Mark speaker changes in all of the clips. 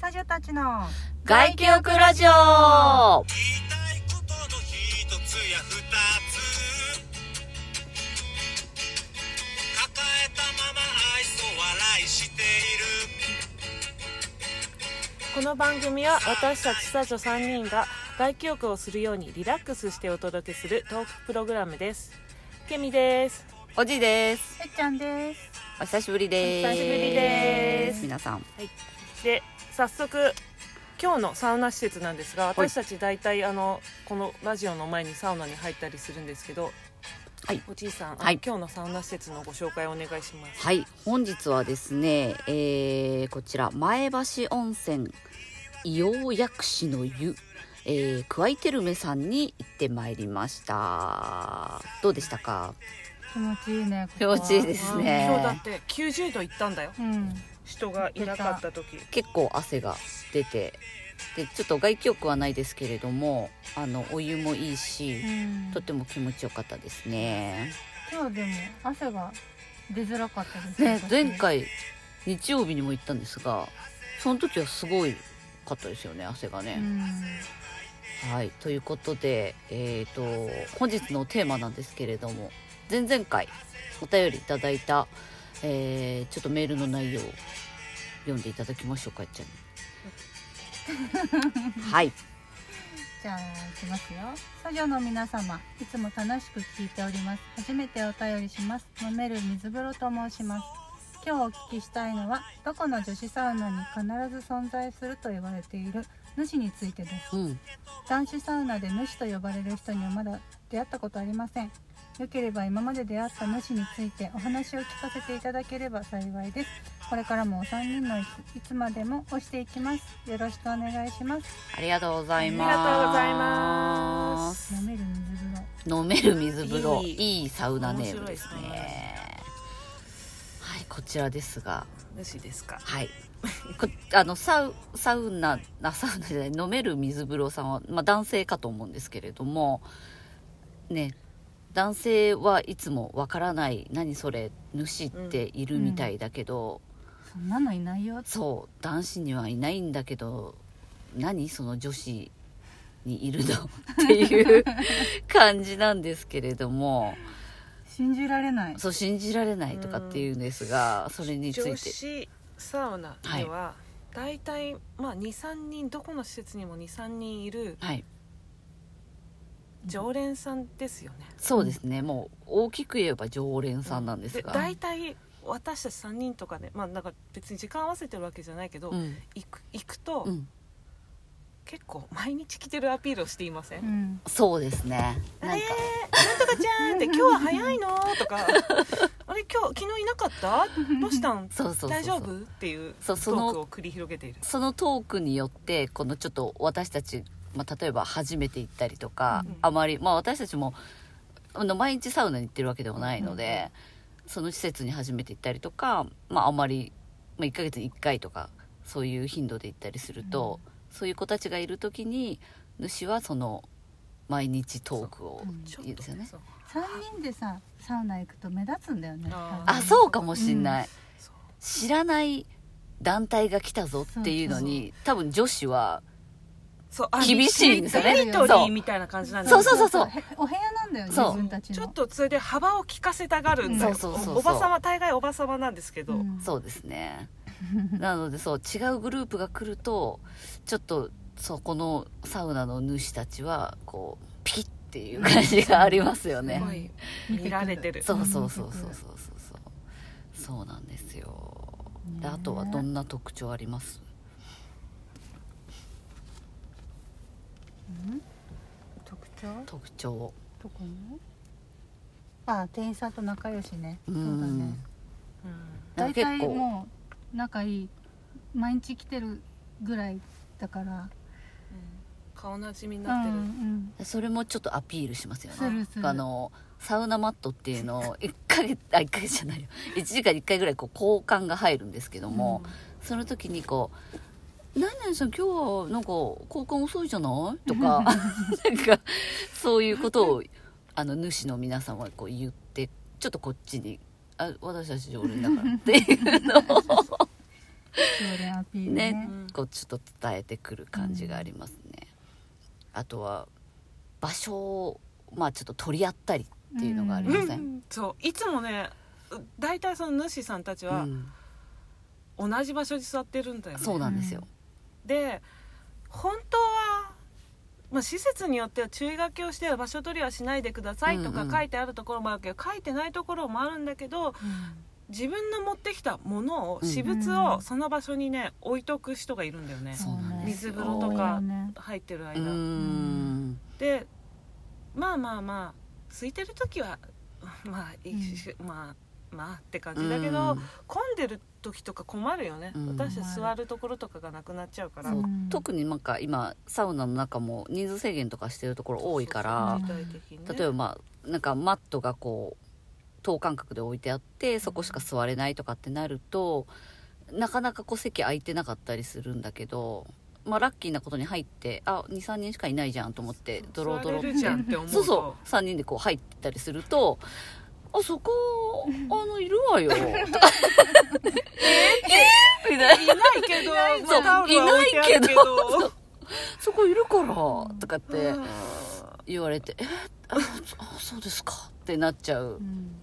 Speaker 1: サジュたちの
Speaker 2: 外記憶ラジオ
Speaker 3: 言いたいことの一つや二つ抱えたまま愛想笑いしている
Speaker 4: この番組は私たちサジョ3人が外記憶をするようにリラックスしてお届けするトークプログラムですケミです
Speaker 2: おじです。
Speaker 1: せっちゃんです
Speaker 2: お久しぶりです。
Speaker 4: お久しぶりです
Speaker 2: 皆さん。
Speaker 4: で早速今日のサウナ施設なんですが私たち大体あのこのラジオの前にサウナに入ったりするんですけど
Speaker 2: はい
Speaker 4: おじいさん、あの
Speaker 2: はい
Speaker 4: 今日のサウナ施設のご紹介お願いします
Speaker 2: はい、本日はですね、えー、こちら前橋温泉硫黄薬師の湯、えー、クワイテルメさんに行ってまいりました。どうでしたか？
Speaker 1: 気持ちいいねここ
Speaker 2: 気持ちいいですね
Speaker 4: 今日だって90度行ったんだよ
Speaker 1: うん
Speaker 4: 人がいなかった時
Speaker 2: 結構汗が出て、でちょっと外気浴はないですけれども、あのお湯もいいし、
Speaker 1: うん
Speaker 2: とても気持ちよかったですね。
Speaker 1: 今日でも汗が出づらかったです
Speaker 2: ね
Speaker 1: 私
Speaker 2: 前回日曜日にも行ったんですがその時はすごいかったですよね汗が
Speaker 1: う
Speaker 2: ね。
Speaker 1: ん
Speaker 2: はいということで、えー、と本日のテーマなんですけれども前々回お便りいただいた、えーちょっとメールの内容を読んでいただきましょうかいっちゃん に。はい
Speaker 1: じゃあ行きますよサジョの皆様いつも楽しく聞いております初めてお便りします飲める水風呂と申します今日お聞きしたいのはどこの女子サウナに必ず存在すると言われている主についてです
Speaker 2: うん
Speaker 1: 男子サウナで主と呼ばれる人にはまだ出会ったことありませんよければ今まで出会った主についてお話を聞かせていただければ幸いですこれからもお三人のいついつまでも押していきますよろしくお願いします
Speaker 2: ありがとうございます。
Speaker 4: ありがとうございます
Speaker 1: 飲める水風呂
Speaker 2: 飲める水風呂
Speaker 4: い
Speaker 2: い
Speaker 4: い
Speaker 2: いサウナネームです
Speaker 4: 面白いサウナ
Speaker 2: ねはいこちらですが
Speaker 4: 主ですか
Speaker 2: はいこあのサウサウナあサウナじゃない飲める水風呂さんは、まあ、男性かと思うんですけれどもね男性はいつもわからない何それ主っているみたいだけど、
Speaker 1: そんなのいないよ
Speaker 2: そう男子にはいないんだけど何その女子にいるのっていう感じなんですけれども
Speaker 1: 信じられない
Speaker 2: そう信じられないとかっていうんですがそれにつ
Speaker 4: 女
Speaker 2: いて
Speaker 4: 子サウナでは、大体、まあ、23人どこの施設にも23人いる
Speaker 2: はい
Speaker 4: 常連さんですよね
Speaker 2: そうですねもう大きく言えば常連さんなんです
Speaker 4: で
Speaker 2: が
Speaker 4: 大体私たち3人とかね、まあ、なんか別に時間合わせてるわけじゃないけど、
Speaker 2: うん
Speaker 4: 行く行くと、
Speaker 2: うん
Speaker 4: 結構毎日来てるアピールをしていません、
Speaker 1: うん
Speaker 2: そうですね
Speaker 4: あれ
Speaker 2: なんか
Speaker 4: なんとかちゃんって今日は早いのとかあれ今日昨日いなかったどうした ん
Speaker 2: そうそうそうそう
Speaker 4: 大丈夫っていう
Speaker 2: そ
Speaker 4: ト
Speaker 2: うその
Speaker 4: ークを繰り広げている
Speaker 2: そのトークによってこのちょっと私たち、まあ、例えば初めて行ったりとか、
Speaker 4: うん
Speaker 2: あまり、まあ、私たちもあの毎日サウナに行ってるわけではないので、その施設に初めて行ったりとか、まあ、あまり、まあ、1ヶ月に1回とかそういう頻度で行ったりすると、そういう子たちがいる時に主はその毎日トークを
Speaker 4: ちょっ
Speaker 2: 言うんで
Speaker 4: と
Speaker 2: すよね。
Speaker 4: そう
Speaker 1: 三人でさサウナ行くと目立つんだよね
Speaker 4: あー
Speaker 2: あそうかもしんない、
Speaker 4: そう
Speaker 2: 知らない団体が来たぞっていうのに多分女子は
Speaker 4: そうあ
Speaker 2: 厳しいんですよね
Speaker 4: テリトリーみたいな感じなんです
Speaker 2: そ
Speaker 4: よ
Speaker 2: うそうそうそう
Speaker 1: へお部屋なんだよね
Speaker 2: そう
Speaker 1: 自分たちの
Speaker 4: ちょっとそれで幅を利かせたがるんだよ
Speaker 1: うん
Speaker 2: そうそうそうそう
Speaker 4: おおばさま大概おばさまなんですけど、
Speaker 1: うん
Speaker 2: そうですねなのでそう違うグループが来るとちょっとそこのサウナの主たちはこうピキッっていう感じがありますよ
Speaker 4: す
Speaker 2: ね
Speaker 4: ごい見られてる
Speaker 2: そうそうそうそうそうそうそうそうなんですよであとはど
Speaker 1: ね
Speaker 2: んな特徴あります
Speaker 1: 特徴
Speaker 2: 特徴
Speaker 1: どこのあ店員さんと仲良しね
Speaker 2: う
Speaker 1: そうだね
Speaker 2: ん
Speaker 4: うん
Speaker 2: な
Speaker 1: 大
Speaker 2: んか
Speaker 1: 体
Speaker 2: 結構
Speaker 1: もう仲いい毎日来てるぐらいだから
Speaker 4: 顔なじみに
Speaker 1: う
Speaker 4: なってる、
Speaker 1: ん
Speaker 2: それもちょっとアピールしますよね
Speaker 1: するする
Speaker 2: あのサウナマットっていうのを1ヶ月あ1ヶ月じゃないよ1時間に1回ぐらいこう交換が入るんですけども、その時にこう「何々さん今日はなんか交換遅いじゃない?」とかなんかそういうことをあの主の皆さんはこう言ってちょっとこっちに「あ私たち常連だから」っていうのを
Speaker 1: 教練アピールね
Speaker 2: ね
Speaker 4: うん
Speaker 2: こうちょっと伝えてくる感じがありますね、あとは場所をまあちょっと取り合ったりっていうのがありません、
Speaker 4: そういつもね大体その主さんたち
Speaker 2: う
Speaker 4: は
Speaker 2: ん
Speaker 4: 同じ場所に座ってるんだよね、
Speaker 2: そうなんですよ、
Speaker 4: で本当は、まあ、施設によっては注意書きをしては場所取りはしないでくださいと
Speaker 2: う
Speaker 4: か
Speaker 2: んうん
Speaker 4: 書いてあるところもあるけど、書いてないところもあるんだけど自分の持ってきたものを
Speaker 2: うん
Speaker 4: 私物
Speaker 1: う
Speaker 4: を
Speaker 1: ん
Speaker 4: その場所にね置いとく人がいるんだよね、
Speaker 2: そうなんですよ
Speaker 4: 水風呂
Speaker 1: 多
Speaker 4: とか
Speaker 1: いよね
Speaker 4: 入ってる
Speaker 2: う
Speaker 4: 間、
Speaker 2: ん
Speaker 4: でまあまあまあ空いてる時は まあ、いいしまあまあって感じだけど、
Speaker 2: うん
Speaker 4: 混んでる時とか困るよね、
Speaker 2: うん
Speaker 4: 私たち座るところとかがなくなっちゃうから
Speaker 2: そう
Speaker 1: うん
Speaker 2: 特になんか今サウナの中も人数制限とかしてるところ多いから
Speaker 4: そうそう時代的にね
Speaker 2: 例えばまあなんかマットがこう等間隔で置いてあってそこしか座れないとかってなるとなかなかこう席空いてなかったりするんだけど、まあ、ラッキーなことに入ってあ23人しかいないじゃんと思ってドロドロっ
Speaker 4: 座れ
Speaker 2: て
Speaker 4: るじゃんって思うと
Speaker 2: そうそう3人でこう入ったりすると「あ そこあのいるわよ」 とか「えー、みた い
Speaker 4: い
Speaker 2: な
Speaker 4: ないけど、ま
Speaker 2: そ
Speaker 4: あ、
Speaker 2: う
Speaker 4: タオルは置いてあるけど
Speaker 2: 「そこいるから」とかっ
Speaker 4: う
Speaker 2: て
Speaker 4: ん
Speaker 2: 言われて「え ああそうですか」ってなっちゃう
Speaker 1: うん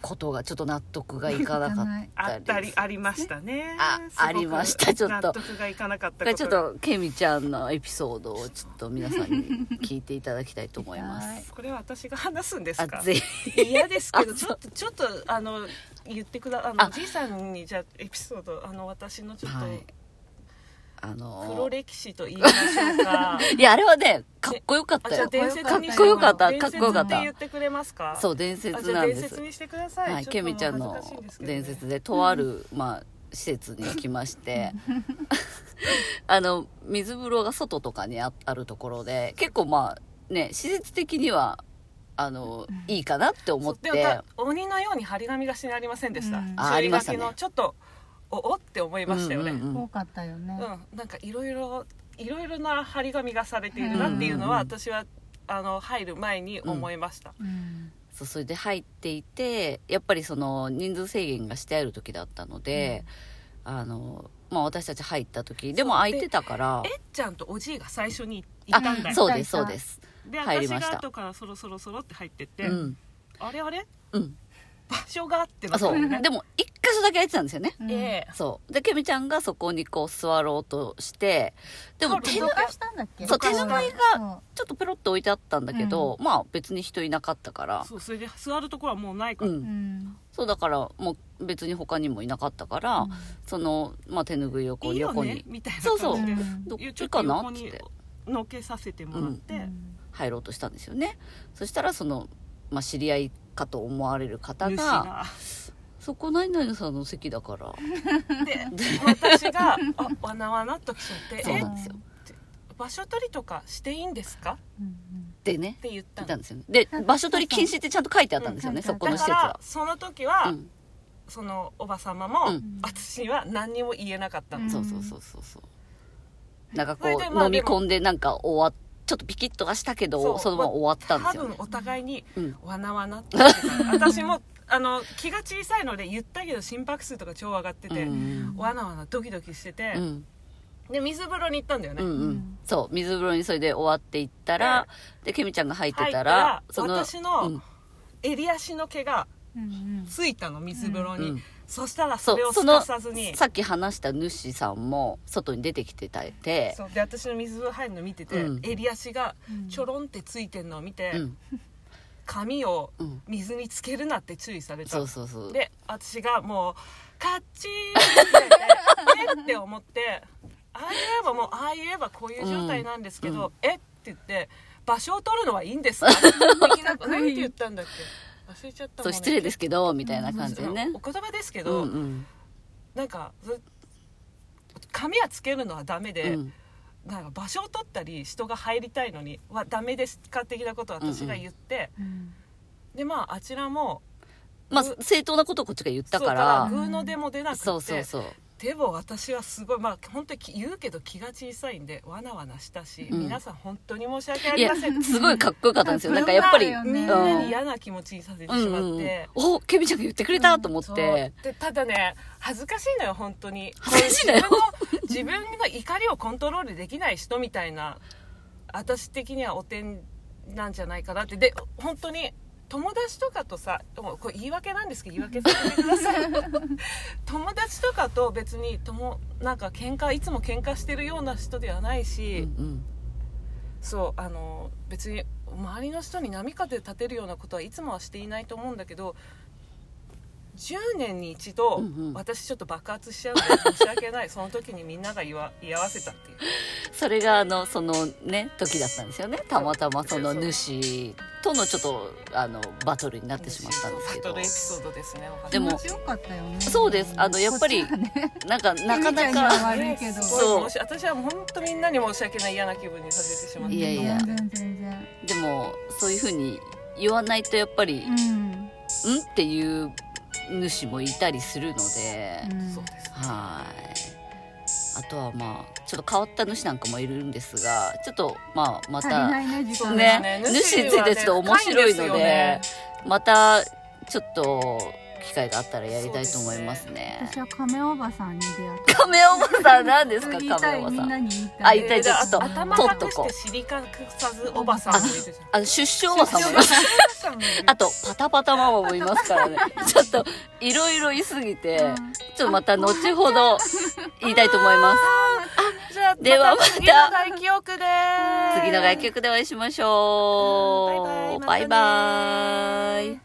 Speaker 2: ことがちょっと納得がいかなかった
Speaker 4: あ
Speaker 2: り
Speaker 4: ったりありましたね
Speaker 2: あ
Speaker 4: すごく
Speaker 2: ありましたちょっと
Speaker 4: 納得がいかなかった
Speaker 2: これちょっ
Speaker 4: が
Speaker 2: とケミちゃんのエピソードをちょっと皆さんに聞いていただきたいと思いま
Speaker 1: はい
Speaker 2: す。
Speaker 4: これは私が話すんです
Speaker 2: あ
Speaker 4: か
Speaker 2: ぜひ
Speaker 4: 嫌ですけど
Speaker 2: あ
Speaker 4: ち
Speaker 2: そう
Speaker 4: ょっとちょっとあの言ってくだあの
Speaker 2: あ
Speaker 4: じいさんにじゃあエピソードあの私のちょっ
Speaker 2: はい
Speaker 4: と
Speaker 2: あ
Speaker 4: 黒
Speaker 2: のー
Speaker 4: 歴史と言いましょうか、
Speaker 2: いやあれはねかっこよかっ
Speaker 4: あ
Speaker 2: た
Speaker 4: じゃあ
Speaker 2: よ
Speaker 4: 伝説に
Speaker 1: かっこよか
Speaker 2: った
Speaker 4: 伝
Speaker 2: かっ
Speaker 4: 説
Speaker 2: こよかった
Speaker 4: て言ってくれますか
Speaker 2: そう伝
Speaker 4: あ
Speaker 2: 説
Speaker 4: じゃ
Speaker 2: な
Speaker 4: あ
Speaker 2: んで
Speaker 4: 伝
Speaker 2: す
Speaker 4: 説にしてください、
Speaker 2: はい
Speaker 4: ちょっと
Speaker 2: ケミちゃんの
Speaker 4: 恥ずかしいですけどね
Speaker 2: 伝説でとあるまあ施設に来まして あの水風呂が外とかにああるところで結構まあね施設的にはあのいいかなって思っ
Speaker 4: そうでも
Speaker 2: て
Speaker 4: た鬼のように張り紙出しにありませんでした、
Speaker 1: うん
Speaker 4: 注意
Speaker 2: あありましたね
Speaker 4: 書きのちょっとおおって思いましたよね
Speaker 2: うん
Speaker 4: う
Speaker 2: うんんうん
Speaker 1: 多かったよね、
Speaker 4: なんかいろいろいろいろな張り紙がされているなっていうのは
Speaker 2: うん
Speaker 4: 私はあの入る前に思いました、
Speaker 1: うん
Speaker 2: そうそれで入っていてやっぱりその人数制限がしてある時だったので、あのまあ、私たち入った時でも
Speaker 4: そう
Speaker 2: 空いてたから
Speaker 4: えっちゃんとおじいが最初に行ったん
Speaker 2: あ
Speaker 4: だよ
Speaker 2: そうです
Speaker 1: い
Speaker 2: そ
Speaker 1: た
Speaker 2: うです、
Speaker 4: で
Speaker 2: 入り
Speaker 4: 私
Speaker 2: ました
Speaker 4: が後からそろそろそろって入ってって、
Speaker 2: うん
Speaker 4: あれあれ
Speaker 2: うん、
Speaker 4: 場所がってな
Speaker 2: あ
Speaker 4: った
Speaker 2: そ
Speaker 4: の
Speaker 2: う
Speaker 4: ね
Speaker 2: でも一箇所だけ空いてたんですよね
Speaker 1: うん
Speaker 4: ええ
Speaker 2: そうでケミちゃんがそこにこう座ろうとしてでも
Speaker 4: そう
Speaker 2: 手ぬ
Speaker 1: ど
Speaker 2: ぐい
Speaker 1: かしたんだっけ
Speaker 2: そう手ぬぐいが
Speaker 1: そう
Speaker 2: ちょっとペロッと置いてあったんだけど、まあ別に人いなかったから
Speaker 4: そうそれで座るところはもうないか
Speaker 2: う
Speaker 4: ら、
Speaker 2: ん、
Speaker 1: うん
Speaker 2: そうだからもう別に他にもいなかったから、
Speaker 1: うん
Speaker 2: その、まあ、手ぬぐいをこ
Speaker 4: いういよ
Speaker 2: 横に
Speaker 4: ねみたいな
Speaker 2: そうそう
Speaker 4: 感じで
Speaker 1: うん
Speaker 2: どっ
Speaker 4: いやちょ
Speaker 2: ち
Speaker 4: っと
Speaker 2: かな
Speaker 4: 横
Speaker 2: っつっ
Speaker 4: に
Speaker 2: て
Speaker 4: のっけさせてもらって、
Speaker 1: うん
Speaker 2: 入ろうとしたんですよねそしたらその、まあ、知り合いかと思われる方
Speaker 4: 主
Speaker 2: が
Speaker 4: が
Speaker 2: 「そこ何々さんの席だから
Speaker 4: で私があわなわなっと来ちゃっ」て「
Speaker 2: そう
Speaker 4: え
Speaker 2: なんですよ
Speaker 4: 場所取りとかしていいんですか?」
Speaker 1: うん
Speaker 2: でね
Speaker 4: って言った
Speaker 2: い
Speaker 4: の
Speaker 2: たんですよねで場所取り禁止ってちゃんと書いてあったんですよね、
Speaker 1: うん
Speaker 2: そこの
Speaker 4: だ
Speaker 2: 施
Speaker 4: か
Speaker 2: 設
Speaker 4: ら
Speaker 2: は、
Speaker 4: その時は、
Speaker 2: うん、
Speaker 4: そのおば様も、
Speaker 2: うん
Speaker 4: 私には何にも言えなかったの、
Speaker 1: ん
Speaker 2: そうそうそうそうそうなんかこ
Speaker 4: それでま
Speaker 2: う
Speaker 4: あ
Speaker 2: 飲み込んでなんか終わっちょっとピキッとはしたけ
Speaker 4: そ
Speaker 2: ど
Speaker 4: う
Speaker 2: そのまま終わったんですよ
Speaker 4: 多
Speaker 2: ね
Speaker 4: 分お互いに
Speaker 2: うん
Speaker 4: わなわなって言ってた私もあの気が小さいので言ったけど心拍数とか超上がって
Speaker 2: う
Speaker 4: て、
Speaker 2: ん
Speaker 4: わなわなドキドキしてて、
Speaker 2: うん
Speaker 4: で水風呂に行ったんだよね、
Speaker 2: うんう
Speaker 1: うんん
Speaker 2: そう水風呂にそれで終わっていったらでケミちゃんが入ってた
Speaker 4: 入
Speaker 2: ら
Speaker 4: ったら
Speaker 2: その
Speaker 4: 私の
Speaker 2: うん
Speaker 4: 襟足の毛が
Speaker 1: うんうん
Speaker 4: ついたの水風呂に、
Speaker 2: うん
Speaker 4: そしたらそれ
Speaker 2: そ
Speaker 4: を
Speaker 2: うそ
Speaker 4: す
Speaker 2: の
Speaker 4: か
Speaker 2: さ
Speaker 4: さずに
Speaker 2: っき話した主さんも外に出てきてたて
Speaker 4: そうで私の水風呂入るの見てて、
Speaker 2: うん
Speaker 4: 襟足が
Speaker 1: うん
Speaker 4: ちょろんってついてんのを見て、
Speaker 2: うん
Speaker 4: 髪を
Speaker 2: うん
Speaker 4: 水につけるなって注意された
Speaker 2: そ
Speaker 4: の
Speaker 2: うそうそう
Speaker 4: で私がもうカッチーンって言ってえって思ってああ言えばもうああ言えばこういう状態なんですけど、えって言って場所を取るのはいいんですか的な
Speaker 1: っこい
Speaker 4: 何
Speaker 1: い
Speaker 4: て言ったんだっけ忘れちゃったも
Speaker 2: そ
Speaker 4: ん
Speaker 2: う失礼ですけどみたいな感じでね
Speaker 4: お言葉ですけ
Speaker 2: う
Speaker 4: ど、
Speaker 2: んうん
Speaker 4: なんかず髪はつけるのはダメ
Speaker 2: う
Speaker 4: で、
Speaker 2: ん
Speaker 4: なんか場所を取ったり人が入りたいのにはダメですか的なことを私が言って、
Speaker 1: うん
Speaker 4: でまああちらも
Speaker 2: まあ正当なことをこっちが言ったか
Speaker 4: そう
Speaker 2: ら
Speaker 4: グーの出も出なくて
Speaker 2: そうそうそう
Speaker 4: でも私はすごいまあ本当に言うけど気が小さいんでわなわなしたし、
Speaker 2: うん
Speaker 4: 皆さん本当に申し訳あ
Speaker 2: い
Speaker 4: り
Speaker 2: や
Speaker 4: ません
Speaker 2: すごいかっこよかったんです よなんかやっぱり
Speaker 1: う
Speaker 4: み
Speaker 1: ん
Speaker 4: んなに嫌な気持ちにさせてしまって、
Speaker 2: うんうん、おケビちゃんが言ってくれたと思っ
Speaker 4: そう
Speaker 2: て、
Speaker 4: でただね恥ずかしいのよ本当に
Speaker 2: 恥ずかしいのよ
Speaker 4: こういう自分の自分の怒りをコントロールできない人みたいな私的にはお点なんじゃないかなってで本当に友達とかとさもうこれ言い訳なんですけど言い訳させてください友達とかと別にともなんか喧嘩いつも喧嘩してるような人ではないし、
Speaker 2: うん
Speaker 4: そうあの別に周りの人に波風立てるようなことはいつもはしていないと思うんだけど10年に一度、
Speaker 2: うんうん
Speaker 4: 私ちょっと爆発しちゃうので申し訳ないその時にみんなが言わ居合わせたっていう
Speaker 2: それがあのそのね時だったんですよねたまたまその主とのちょっとあのバトルになってしまったんですけ
Speaker 4: バト
Speaker 2: ど
Speaker 4: ルエピソードですね
Speaker 2: でも
Speaker 1: 気持ちよかったよね
Speaker 2: そうですあのやっぱり
Speaker 1: こちはね
Speaker 2: なんかな
Speaker 1: ケ
Speaker 2: かな
Speaker 1: ミちゃんに
Speaker 2: か
Speaker 1: は悪いけど
Speaker 4: すごい
Speaker 2: そう
Speaker 4: 申し私は本当みんなに申し訳ない嫌な気分にさせてしまって
Speaker 2: いやいや
Speaker 1: 全然全然
Speaker 2: でもそういうふうに言わないとやっぱり「ん?」
Speaker 1: うん、
Speaker 2: っていう主もいたりするので、
Speaker 1: うん、
Speaker 4: そうです
Speaker 2: はいあとはまあちょっと変わった主なんかもいるんですがちょっとまあま
Speaker 1: 足りな
Speaker 2: た
Speaker 1: いね時
Speaker 4: そ
Speaker 1: 間
Speaker 4: う
Speaker 1: が
Speaker 4: です
Speaker 2: ね主についてちょっと面白いので
Speaker 4: 主はね
Speaker 2: またちょっと機会があったらやりたいと思いますね
Speaker 1: 私は亀おばさんに出会っ
Speaker 2: 亀おばさん何です
Speaker 1: た
Speaker 2: か
Speaker 1: 言いたい
Speaker 2: 亀おば
Speaker 1: み
Speaker 2: さ
Speaker 1: んなんに言いた
Speaker 2: あ
Speaker 1: い
Speaker 2: 言いたいじゃあちょっと
Speaker 4: 深いんですよ
Speaker 2: 取
Speaker 4: ね頭
Speaker 2: っと
Speaker 4: 隠
Speaker 2: こ
Speaker 4: し
Speaker 2: う
Speaker 4: て尻隠さずおばさんもいるじゃん
Speaker 2: あの出生おば さんもいますあとパタパタママもいますからねちょっといろいろいすぎて、
Speaker 1: うん
Speaker 2: ちょっとまた後ほど言いたいと思います
Speaker 4: じゃあ
Speaker 2: ではまた
Speaker 4: 次の大記憶でーす
Speaker 2: 次の楽曲でお会いしましょう。
Speaker 4: バイバイまたね
Speaker 2: バイバイ